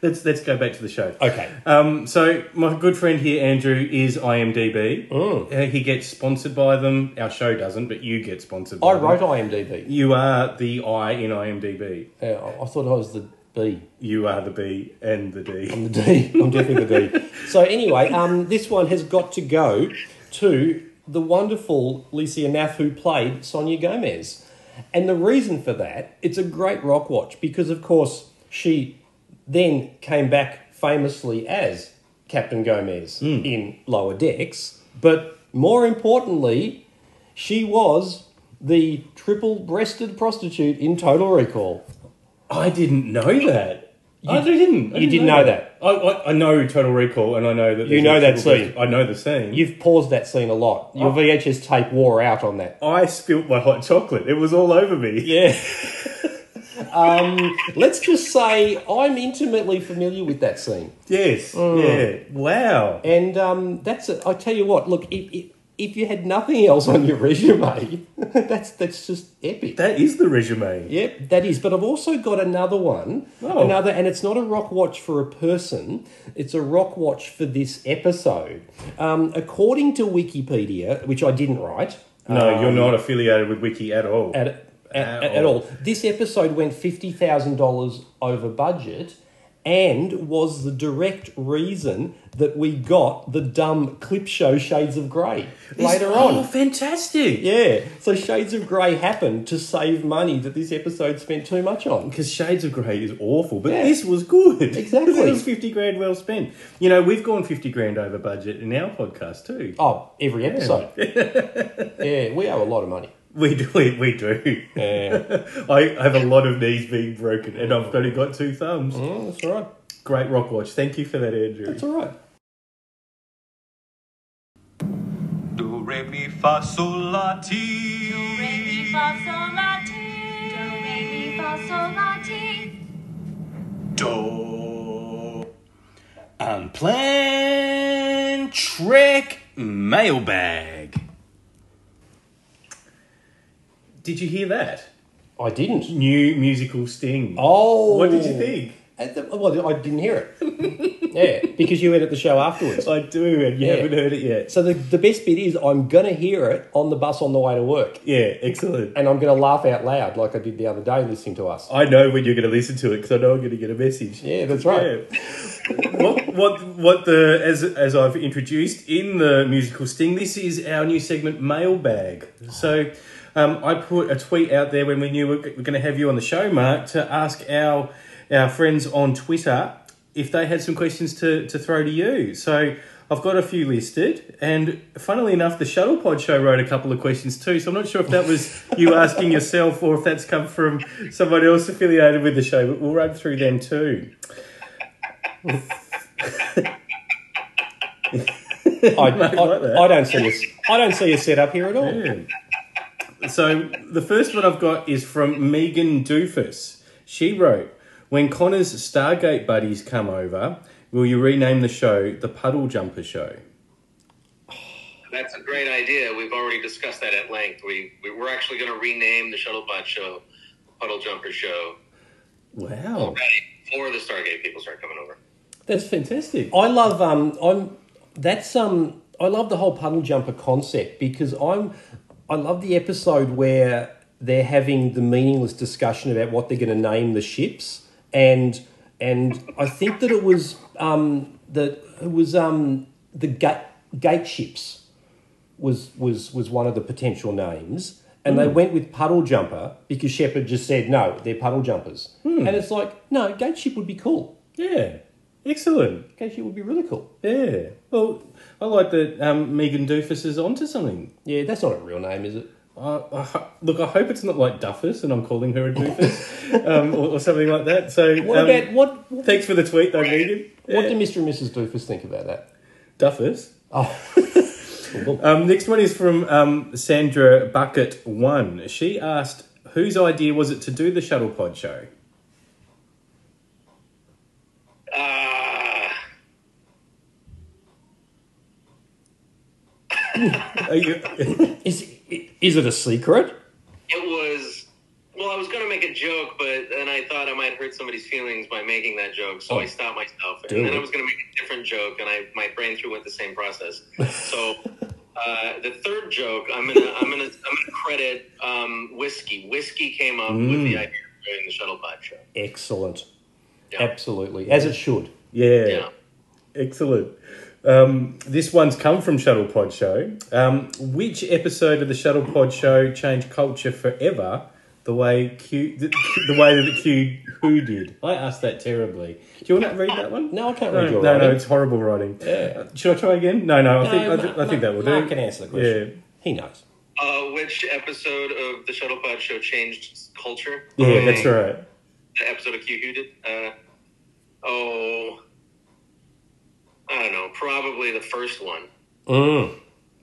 S1: Let's let's go back to the show.
S3: okay.
S1: Um, so my good friend here, Andrew, is IMDb.
S3: Oh.
S1: Uh, he gets sponsored by them. Our show doesn't, but you get sponsored. By
S3: I wrote
S1: Them.
S3: IMDb.
S1: You are the I in IMDb.
S3: Uh, I I thought I was the B.
S1: You are the B and the D.
S3: The D. I'm definitely the D. So anyway, um, this one has got to go to the wonderful Licia Nath who played Sonia Gomez, and the reason for that it's a great rock watch because of course she then came back famously as Captain Gomez in Lower Decks, but more importantly, she was the triple-breasted prostitute in Total Recall.
S1: I didn't know that. I didn't. I
S3: you didn't know
S1: I, I, I know Total Recall, and I know that there's
S3: know
S1: a
S3: that
S1: triple
S3: scene.
S1: breast- I know the scene.
S3: You've paused that scene a lot. Your VHS tape wore out on that.
S1: I spilt my hot chocolate. It was all over me.
S3: Yeah. um, let's just say I'm intimately familiar with that scene,
S1: Yes.
S3: Oh.
S1: Yeah. Wow.
S3: and um, that's it. I tell you what, look, if, if if you had nothing else on your resume, that's that's just epic.
S1: That is the resume.
S3: Yep, that is. But I've also got another one,
S1: Oh.
S3: another, and it's not a rock watch for a person. It's a rock watch for this episode. Um, according to Wikipedia, which I didn't write.
S1: No,
S3: Um,
S1: you're not affiliated with Wiki at all.
S3: at, at, at all. This episode went $50,000 over budget and was the direct reason that we got the dumb clip show Shades of Grey later
S1: Oh,
S3: on.
S1: fantastic.
S3: Yeah, so Shades of Grey happened to save money that this episode spent too much on.
S1: Because Shades of Grey is awful, but
S3: Yeah.
S1: this was good.
S3: Exactly.
S1: it was 50 grand well spent. You know, we've gone 50 grand over budget in our podcast too.
S3: Oh, every episode. yeah, we owe a lot of money.
S1: We do it, we do.
S3: Yeah,
S1: I have a lot of knees being broken and I've only got two thumbs.
S3: Mm, that's all right.
S1: Great rock watch. Thank you for that, Andrew.
S3: That's all right.
S6: Do re mi fa sol la ti.
S2: Do. I'm playing Trek Mailbag.
S1: Did you hear that?
S3: I didn't.
S1: New musical sting.
S3: Oh.
S1: What did you think?
S3: At the- well, I didn't hear it. yeah, because you edit the show afterwards.
S1: I do, and you
S3: Yeah.
S1: haven't heard it yet.
S3: So the, the best bit is I'm going to hear it on the bus on the way to work.
S1: Yeah, excellent.
S3: And I'm going to laugh out loud like I did the other day listening to us.
S1: I know when you're going to listen to it because I know I'm going to get a message.
S3: Yeah, that's right.
S1: Yeah. what what what the as as I've introduced in the musical sting, this is our new segment mailbag. So um, I put a tweet out there when we knew we were going to have you on the show, Mark, to ask our our friends on Twitter if they had some questions to to throw to you. So. I've got a few listed, and funnily enough, the Shuttle Pod show wrote a couple of questions too. So I'm not sure if that was you asking yourself or if that's come from someone else affiliated with the show, but we'll run through them too.
S3: I,
S1: like that.
S3: I, I don't see a, I don't see a setup here at all.
S1: So the first one I've got is from Megan Doofus. She wrote, "When Connor's Stargate buddies come over, will you rename the show the Puddle Jumper Show?"
S4: That's a great idea. We've already discussed that at length. We, we we're actually going to rename the Shuttlebot Show, Puddle Jumper Show,
S1: Wow,
S4: right before the Stargate people start coming over.
S1: that's fantastic.
S3: I love um I'm that's um I love the whole puddle jumper concept because I'm I love the episode where they're having the meaningless discussion about what they're going to name the ships and and I think that it was um that it was um the gate gate ships was was was one of the potential names, and they went with puddle jumper because Shepard just said no, they're puddle jumpers, and it's like no, gateship would be cool.
S1: Yeah. Excellent.
S3: Gateship would be really cool.
S1: Yeah. Well, I like that um, Megan Doofus is onto something.
S3: Yeah, that's not a real name, is it?
S1: I, I, ho- look, I hope it's not like Duffus and I'm calling her a Doofus um, or, or something like that. So,
S3: What
S1: um,
S3: about what? What
S1: thanks for the tweet, though, Megan. Yeah.
S3: do Mr. and Mrs. Doofus think about that?
S1: Duffus.
S3: Oh,
S1: Um, next one is from um, Sandra Bucket One. She asked, "Whose idea was it to do the shuttle pod show?"
S4: Uh,
S1: Are you,
S3: is is it a secret?
S4: it was well i was going to make a joke but then i thought i might hurt somebody's feelings by making that joke so
S1: Oh.
S4: i stopped myself
S3: do
S4: and then
S3: it.
S4: i was going to make a different joke and i my brain through went the same process so uh, the third joke i'm going to i'm going to i'm going to credit um, whiskey whiskey came up with
S1: Mm.
S4: the idea of doing the shuttle pod show
S3: Excellent,
S4: Yeah.
S3: absolutely, as it should.
S1: yeah,
S4: yeah
S1: excellent. Um, this one's come from Shuttle Pod Show. Um, which episode of the Shuttle Pod Show changed culture forever? The way Q, the, the way that the Q who did. I asked that terribly. Do you want to read that one?
S3: No, I can't
S1: No,
S3: read your
S1: no, no,
S3: writing.
S1: it's horrible writing.
S3: Yeah.
S1: Uh, Should I try again? No, no, I think I,
S3: No,
S1: thi-
S3: Ma-
S1: I think
S3: Ma-
S1: that will
S3: Mark
S1: do.
S3: can answer the
S1: Yeah,
S3: question. He knows.
S4: uh, which episode of the shuttle pod show changed culture
S1: yeah,
S4: By
S1: that's
S3: Mm.
S1: right.
S4: the episode of Q Who did. Uh, oh, I don't know. Probably the first one.
S3: Mm.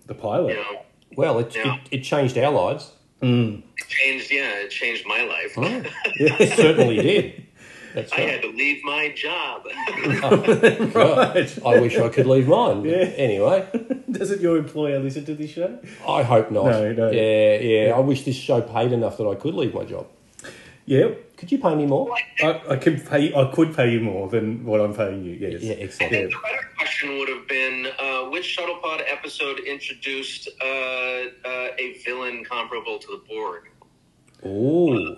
S1: The pilot.
S4: You know,
S3: Well, it,
S4: Yeah.
S3: it it changed our lives.
S4: it changed. Yeah, it changed my life.
S1: Oh,
S3: Mm. It certainly did. That's
S4: I
S3: right.
S4: had to leave my job.
S1: Oh, Right.
S3: I wish I could leave mine.
S1: Yeah.
S3: Anyway,
S1: Doesn't your employer listen to this show?
S3: I hope not.
S1: No, no.
S3: Yeah, yeah. I wish this show paid enough that I could leave my job.
S1: Yep.
S3: Could you pay me more?
S1: I, I could pay. I could pay you more than what I'm paying you. Yes.
S3: Yeah, excellent.
S1: Yeah.
S4: the better question would have been uh, which shuttle pod episode introduced uh, uh, a villain comparable to the Borg.
S3: Ooh.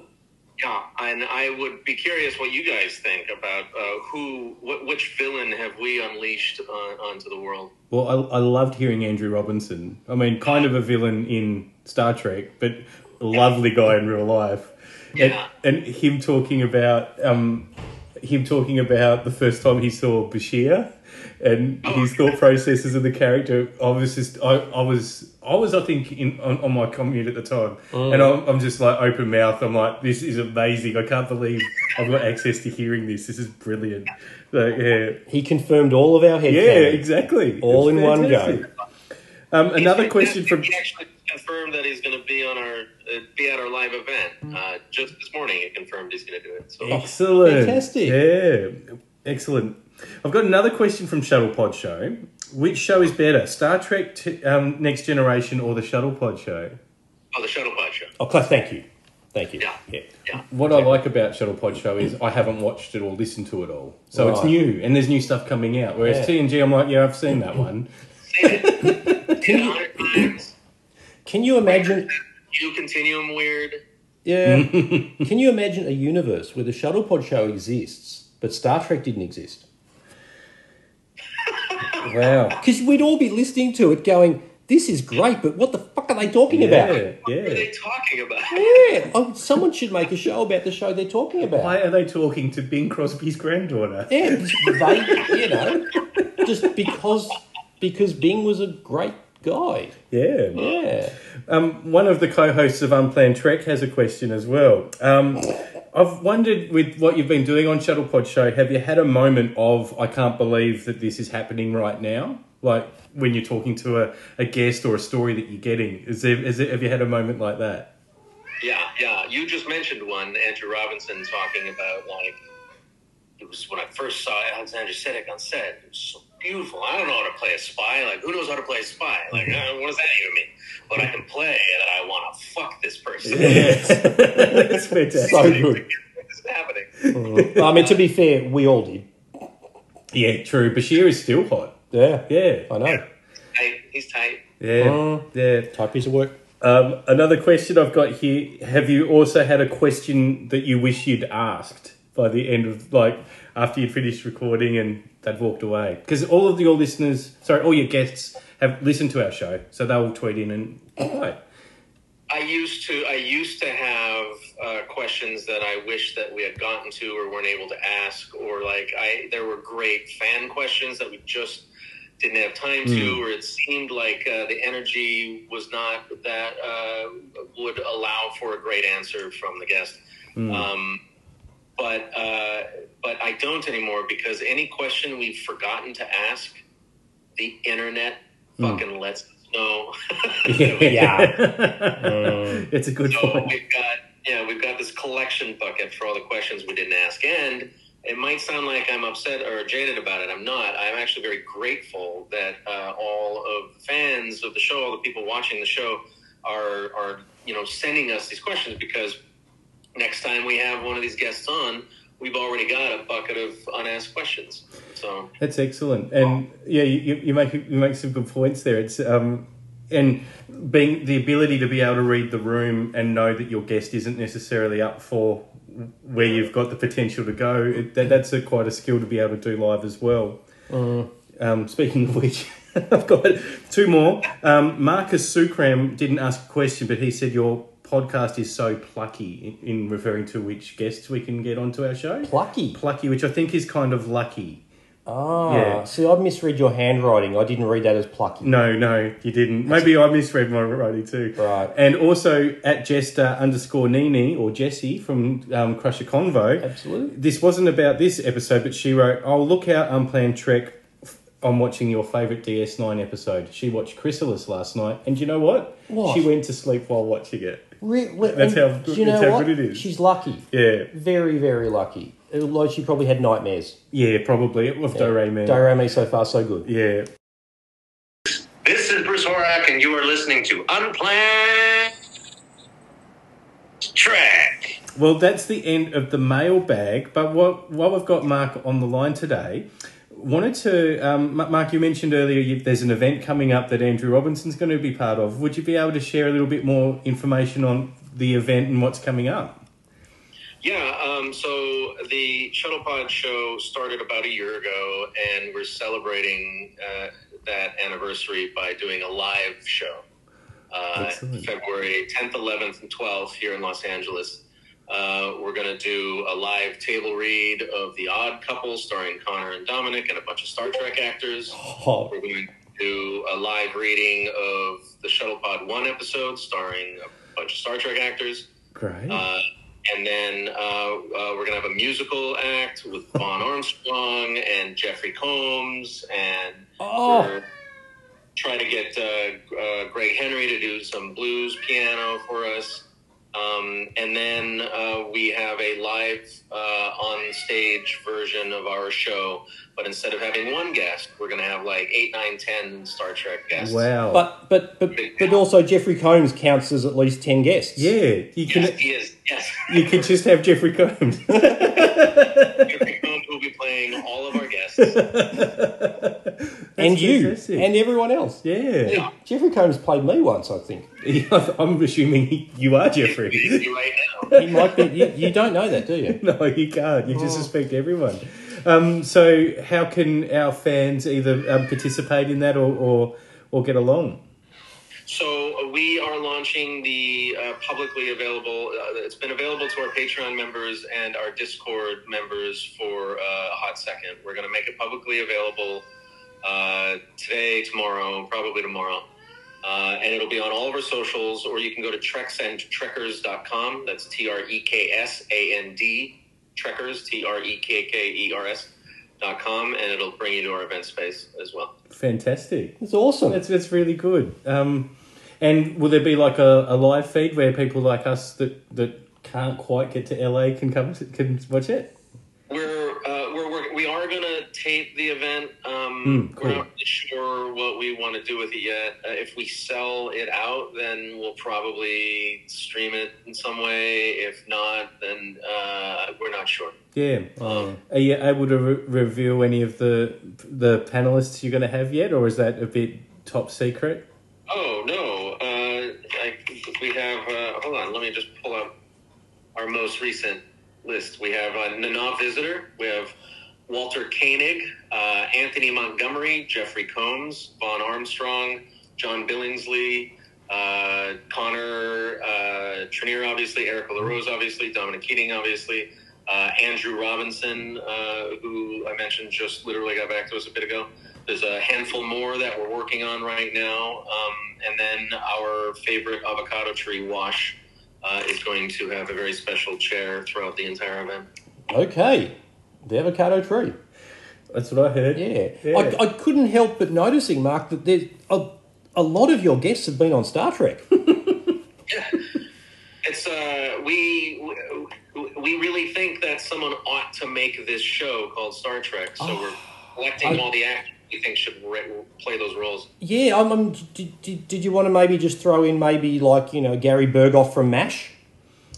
S4: Yeah, and I would be curious what you guys think about uh, who, wh- which villain have we unleashed on, onto the world?
S1: Well, I, I loved hearing Andrew Robinson. I mean, kind of a villain in Star Trek, but a lovely guy in real life.
S4: Yeah.
S1: And, and him talking about um, him talking about the first time he saw Bashir and his thought processes of the character. I was just, I, I was, I was, I think, in on, on my commute at the time, and I'm, I'm just like open mouth. I'm like, this is amazing. I can't believe I've got access to hearing this. This is brilliant. So yeah.
S3: He confirmed all of our head.
S1: Yeah,
S3: cannon.
S1: exactly.
S3: All in one
S1: go. Um, another
S4: He's
S1: question from
S4: fantastic. He actually confirmed that he's going to be on our uh, be at our live event uh, just this morning. He confirmed he's going to do it. So
S1: Oh. excellent,
S3: Fantastic.
S1: Yeah, excellent. I've got another question from Shuttle Pod Show. Which show is better, Star Trek t- um, Next Generation or the Shuttle Pod Show?
S4: oh, the shuttle pod show.
S3: Oh, Cliff, thank you. Thank you.
S4: Yeah.
S3: Yeah.
S4: Yeah,
S1: What I like about Shuttle Pod Show is I haven't watched it or listened to it all, so it's
S3: Right.
S1: new and there's new stuff coming out. Whereas
S3: Yeah.
S1: TNG, I'm like, yeah, I've seen that one.
S4: say it
S3: Can you,
S4: hundred times.
S3: can you imagine?
S4: You continuum weird.
S3: Yeah. can you imagine a universe where the shuttle pod show exists, but Star Trek didn't exist?
S1: Wow.
S3: Because we'd all be listening to it, going, "This is great," but what the fuck are they talking about?
S1: Yeah,
S4: What are
S1: yeah.
S4: they talking about?
S3: Yeah. Oh, someone should make a show about the show they're talking about.
S1: Why are they talking to Bing Crosby's granddaughter?
S3: Yeah, just vague, you know, just because because Bing was a great guy.
S1: Yeah.
S3: Yeah,
S1: Um, one of the co-hosts of Unplanned Trek has a question as well. Um, I've wondered with what you've been doing on Shuttlepod Show, have you had a moment of I can't believe that this is happening right now? Like when you're talking to a, a guest or a story that you're getting, is there, is there, have you had a moment like that?
S4: Yeah, yeah. You just mentioned one, Andrew Robinson talking about like it was when I first saw Alexander Siddig on set. It was so beautiful. I don't know how to play a spy. Like who knows how to play a spy? Like uh, what does that even mean? But I can play, and I want to fuck this person.
S1: That's fantastic.
S3: so good.
S4: This is happening.
S3: I mean, to be fair, we all did.
S1: yeah, true. Bashir is still hot.
S3: Yeah,
S1: Yeah.
S3: I know.
S4: I He's tight.
S1: Yeah, yeah.
S3: Type piece of work.
S1: Um, another question I've got here: Have you also had a question that you wish you'd asked by the end of like after you'd finished recording and they'd walked away? Because all of your listeners, sorry, all your guests have listened to our show, so they'll tweet in and reply.
S4: I used to I used to have uh, questions that I wish that we had gotten to or weren't able to ask or like I there were great fan questions that we just didn't have time to or it seemed like uh, the energy was not that uh, would allow for a great answer from the guest.
S1: Hmm.
S4: Um, but uh, but I don't anymore because any question we've forgotten to ask, the internet fucking lets us know.
S3: Yeah.
S1: It's a good
S4: So
S1: point.
S4: we've got yeah, we've got this collection bucket for all the questions we didn't ask. And it might sound like I'm upset or jaded about it. I'm not. I'm actually very grateful that uh, all of the fans of the show, all the people watching the show, are are you know sending us these questions because next time we have one of these guests on, we've already got a bucket of unasked questions. So
S1: That's excellent, and yeah, you, you make you make some good points there. It's um, and being the ability to be able to read the room and know that your guest isn't necessarily up for where you've got the potential to go. It, that, that's a, quite a skill to be able to do live as well. Um, speaking of which, I've got two more. Um, Marcus Sukram didn't ask a question, but he said your podcast is so plucky in, in referring to which guests we can get onto our show.
S3: Plucky.
S1: Plucky, which I think is kind of lucky.
S3: Ah,
S1: Yeah. Mm.
S3: see, I misread your handwriting. I didn't read that as plucky.
S1: No, no, you didn't. Maybe I misread my writing too.
S3: Right.
S1: And also at Jester underscore Nini or Jessie from um, Crusher Convo.
S3: Absolutely.
S1: This wasn't about this episode, but she wrote, "I'll look out unplanned trek. f- I'm watching your favourite DS9 episode. She watched Chrysalis last night, and you know what?
S3: What?
S1: She went to sleep while watching it.
S3: Re- we-
S1: That's
S3: and
S1: how
S3: do
S1: good-
S3: you know
S1: that's how
S3: what?
S1: good it is.
S3: She's lucky.
S1: Yeah,
S3: Very, very lucky. Although she probably had nightmares.
S1: yeah, probably it was Doraemon.
S3: Diorama so far so good.
S1: yeah,
S4: this is Bruce Horak, and you are listening to Unplanned Track.
S1: Well, that's the end of the mailbag. But what, while we've got Mark on the line today, wanted to um, Ma- Mark, you mentioned earlier you, there's an event coming up that Andrew Robinson's going to be part of. Would you be able to share a little bit more information on the event and what's coming up?
S4: Yeah, um, so the Shuttlepod show started about a year ago, and we're celebrating uh, that anniversary by doing a live show. Uh,
S1: Excellent.
S4: February 10th, 11th, and 12th here in Los Angeles. Uh, we're going to do a live table read of The Odd Couple, starring Connor and Dominic, and a bunch of Star Trek actors.
S3: Oh,
S4: We're going to do a live reading of the Shuttlepod 1 episode, starring a bunch of Star Trek actors.
S1: Great.
S4: Uh, and then uh, uh, we're going to have a musical act with Vaughn Armstrong and Jeffrey Combs, and
S3: Oh.
S4: we're trying to get uh, uh, Greg Henry to do some blues piano for us. Um, and then uh, we have a live uh, on stage version of our show, but instead of having one guest, we're going to have like eight, nine, ten Star Trek guests.
S1: wow.
S3: But but but but also Jeffrey Combs counts as at least ten guests.
S1: yeah, you can
S4: Yes, he is. Yes.
S1: you could just have Jeffrey Combs.
S4: Jeffrey Combs will be playing all of our guests.
S3: and
S1: That's
S3: you
S1: fantastic.
S3: and everyone else.
S1: yeah.
S3: Hey, Jeffrey Combs played me once, I think.
S1: I'm assuming you are Jeffrey.
S4: Busy right now.
S3: He might be. You, you don't know that, do you?
S1: No, you can't. You just suspect everyone. Um, so, how can our fans either um, participate in that or, or or get along?
S4: So uh, we are launching the uh, publicly available. Uh, it's been available to our Patreon members and our Discord members for uh, a hot second. We're going to make it publicly available uh, today, tomorrow, probably tomorrow, uh, and it'll be on all of our socials. Or you can go to treksandtrekkers.com. That's T R E K S A N D Trekkers T R E K K E R S dot com, and it'll bring you to our event space as well.
S1: Fantastic.
S3: It's awesome.
S1: That's that's really good. Um, and will there be like a, a live feed where people like us that that can't quite get to LA can come to, can watch it?
S4: We're uh, we're working. We are gonna tape the event. Um,
S1: cool.
S4: We're not really sure what we want to do with it yet. Uh, if we sell it out, then we'll probably stream it in some way. If not, then uh, we're not sure.
S1: Yeah.
S3: Um,
S1: Are you able to re- reveal any of the the panelists you're going to have yet, or is that a bit top secret?
S4: Oh no! Uh, I, we have. Uh, hold on, let me just pull up our most recent list. We have uh, Nana Visitor. We have Walter Koenig, uh, Anthony Montgomery, Jeffrey Combs, Vaughn Armstrong, John Billingsley, uh, Connor uh, Trenier, obviously Erica LaRose, obviously Dominic Keating, obviously uh, Andrew Robinson, uh, who I mentioned just literally got back to us a bit ago. There's a handful more that we're working on right now, um, and then our favorite avocado tree wash uh, is going to have a very special chair throughout the entire event.
S3: Okay, the avocado tree.
S1: That's what I heard.
S3: Yeah,
S1: Yeah.
S3: I, I couldn't help but noticing, Mark, that there's a, a lot of your guests have been on Star Trek.
S4: It's uh, we we- we really think that someone ought to make this show called Star Trek, so we're collecting
S3: Oh. I-
S4: all the actors we think should re- play those roles.
S3: yeah, I'm, I'm, did, did, did you want to maybe just throw in maybe like you know Gary Berghoff from Mash?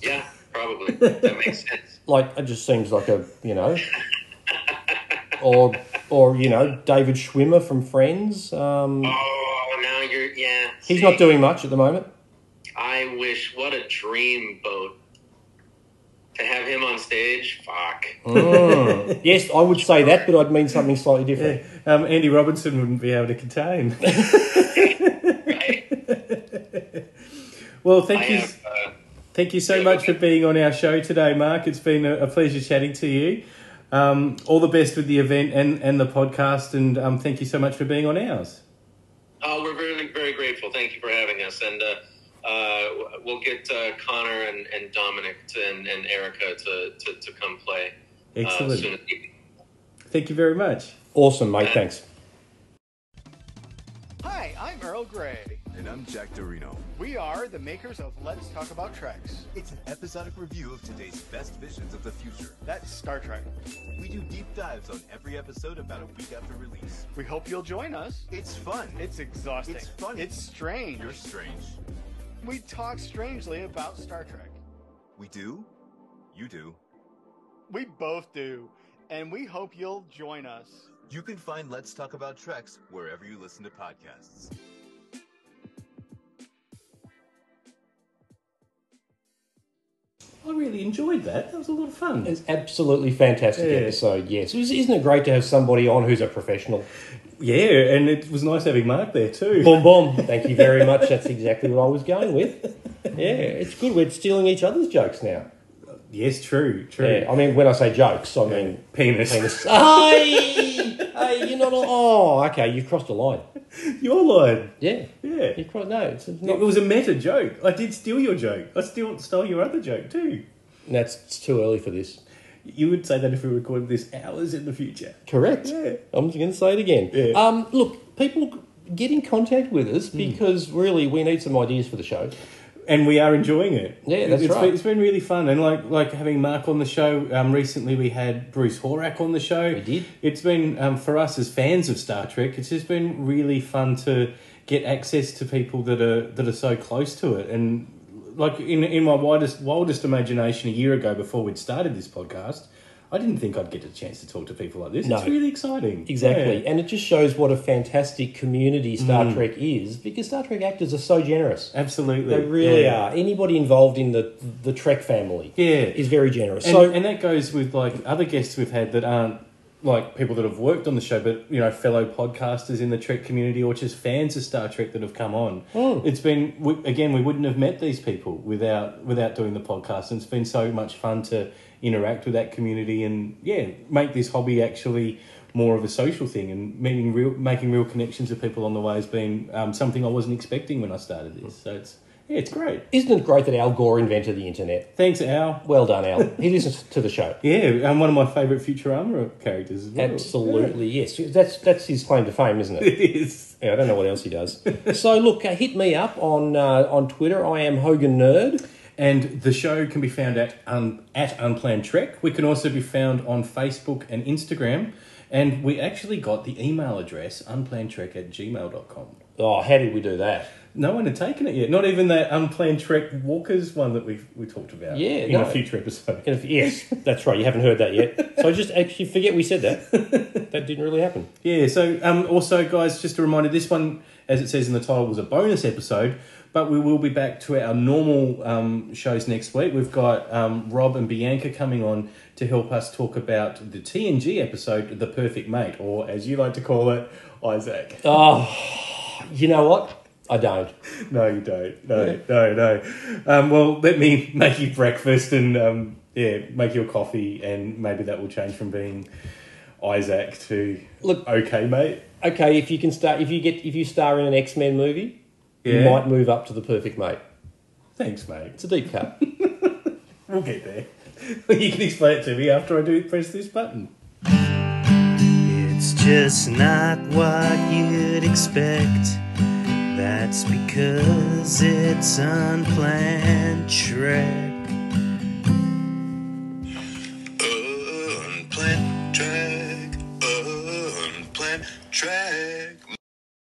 S4: Yeah, probably that makes sense.
S3: Like it just seems like a you know, or or you know David Schwimmer from Friends. Um,
S4: Oh, now you're yeah.
S3: he's
S4: see,
S3: not doing much at the moment.
S4: I wish. What a dream boat to have him on stage. Fuck.
S3: Yes, I would say that, but I'd mean something slightly different.
S1: Um, Andy Robinson wouldn't be able to contain. well,
S4: I
S1: thank you,
S4: have. Uh,
S1: thank you so much for being on our show today, Mark. It's been a, a pleasure chatting to you. Um, all the best with the event and, and the podcast, and um, thank you so much for being on ours.
S4: Uh, we're very, very grateful. Thank you for having us. And uh, uh, we'll get uh, Connor and, and Dominic to, and, and Erica to, to, to come play. Uh,
S1: Excellent.
S4: soon as we-
S1: Thank you very much.
S3: Awesome, mate. Thanks.
S7: Hi, I'm Earl Grey.
S8: And I'm Jack Dorino.
S7: We are the makers of Let's Talk About Treks.
S8: It's an episodic review of today's best visions of the future.
S7: That's Star Trek.
S8: We do deep dives on every episode about a week after release.
S7: We hope you'll join us.
S8: It's fun.
S7: It's exhausting.
S8: It's funny.
S7: It's strange.
S8: You're strange.
S7: We talk strangely about Star Trek.
S8: We do? You do.
S7: We both do. And we hope you'll join us.
S8: You can find Let's Talk About Treks wherever you listen to podcasts.
S1: I really enjoyed that. That was a lot of fun.
S3: It's absolutely fantastic
S1: Yeah.
S3: episode. Yes, Is- isn't it great to have somebody on who's a professional?
S1: Yeah, and it was nice having Mark there too.
S3: Boom, boom. Thank you very much. That's exactly what I was going with. Yeah, it's good. We're stealing each other's jokes now.
S1: Yes, true, true.
S3: Yeah, I mean, when I say jokes, I mean
S1: Penis.
S3: penis. hey, hey, you're not. All, oh, okay. You've crossed a line.
S1: Your line.
S3: Yeah,
S1: Yeah.
S3: you crossed. No, it's, it's
S1: It
S3: not.
S1: was a meta joke. I did steal your joke. I still stole your other joke too.
S3: That's it's too early for this.
S1: You would say that if we recorded this hours in the future.
S3: Correct.
S1: Yeah.
S3: I'm just going to say it again.
S1: Yeah. Hmm.
S3: Um, look, people get in contact with us because really we need some ideas for the show.
S1: And we are enjoying it.
S3: Yeah, that's
S1: It's
S3: right.
S1: Been, it's been really fun, and like like having Mark on the show. Um, recently we had Bruce Horak on the show. We
S3: did.
S1: It's been um, for us as fans of Star Trek. It's just been really fun to get access to people that are that are so close to it, and like in in my widest wildest imagination, a year ago before we'd started this podcast. I didn't think I'd get a chance to talk to people like this.
S3: No.
S1: It's really exciting.
S3: Exactly.
S1: Yeah. Mm.
S3: And it just shows what a fantastic community Star Trek is because Star Trek actors are so generous.
S1: Absolutely.
S3: They really
S1: Yeah.
S3: are. Anybody involved in the the Trek family
S1: Yeah.
S3: is very generous.
S1: And,
S3: so
S1: and that goes with like other guests we've had that aren't like people that have worked on the show, but you know, fellow podcasters in the Trek community or just fans of Star Trek that have come on. It's been we, again, we wouldn't have met these people without without doing the podcast, and it's been so much fun to interact with that community and yeah, make this hobby actually more of a social thing and meeting real, making real connections with people on the way has been um, something I wasn't expecting when I started this. So it's yeah, it's great.
S3: isn't it great that Al Gore invented the internet?
S1: Thanks, Al.
S3: Well done, Al. he listens to the show.
S1: Yeah, and one of my favourite Futurama characters as well.
S3: Absolutely, yes. That's that's his claim to fame, isn't it?
S1: Yeah, it is.
S3: Yeah, I don't know what else he does. so look, uh, hit me up on uh, on Twitter. I am Hogan Nerd.
S1: And the show can be found at um, at Unplanned Trek. We can also be found on Facebook and Instagram. And we actually got the email address unplannedtrek at gmail.com.
S3: Oh, how did we do that?
S1: no one had taken it yet. Not even that unplanned Trek Walkers one that we we talked about.
S3: Yeah,
S1: in
S3: no.
S1: a future episode.
S3: And if- yes, that's right. You haven't heard that yet. So just actually forget we said that. That didn't really happen.
S1: Yeah. So um, also, guys, just a reminder: this one, as it says in the title, was a bonus episode. But we will be back to our normal um, shows next week. We've got um, Rob and Bianca coming on to help us talk about the TNG episode, "The Perfect Mate," or as you like to call it, Isaac.
S3: Oh, You know what? I don't.
S1: No, you don't. No, no, no. Um, well, let me make you breakfast and um, yeah, make your coffee, and maybe that will change from being Isaac to
S3: Look-
S1: okay, mate.
S3: Okay, if you can start, if you get, if you star in an X Men movie, you
S1: Yeah.
S3: might move up to the perfect mate.
S1: Thanks, mate.
S3: It's a deep cut.
S1: We'll get there. you can explain it to me after I do press this button.
S9: It's just not what you'd expect. That's because it's unplanned Trek.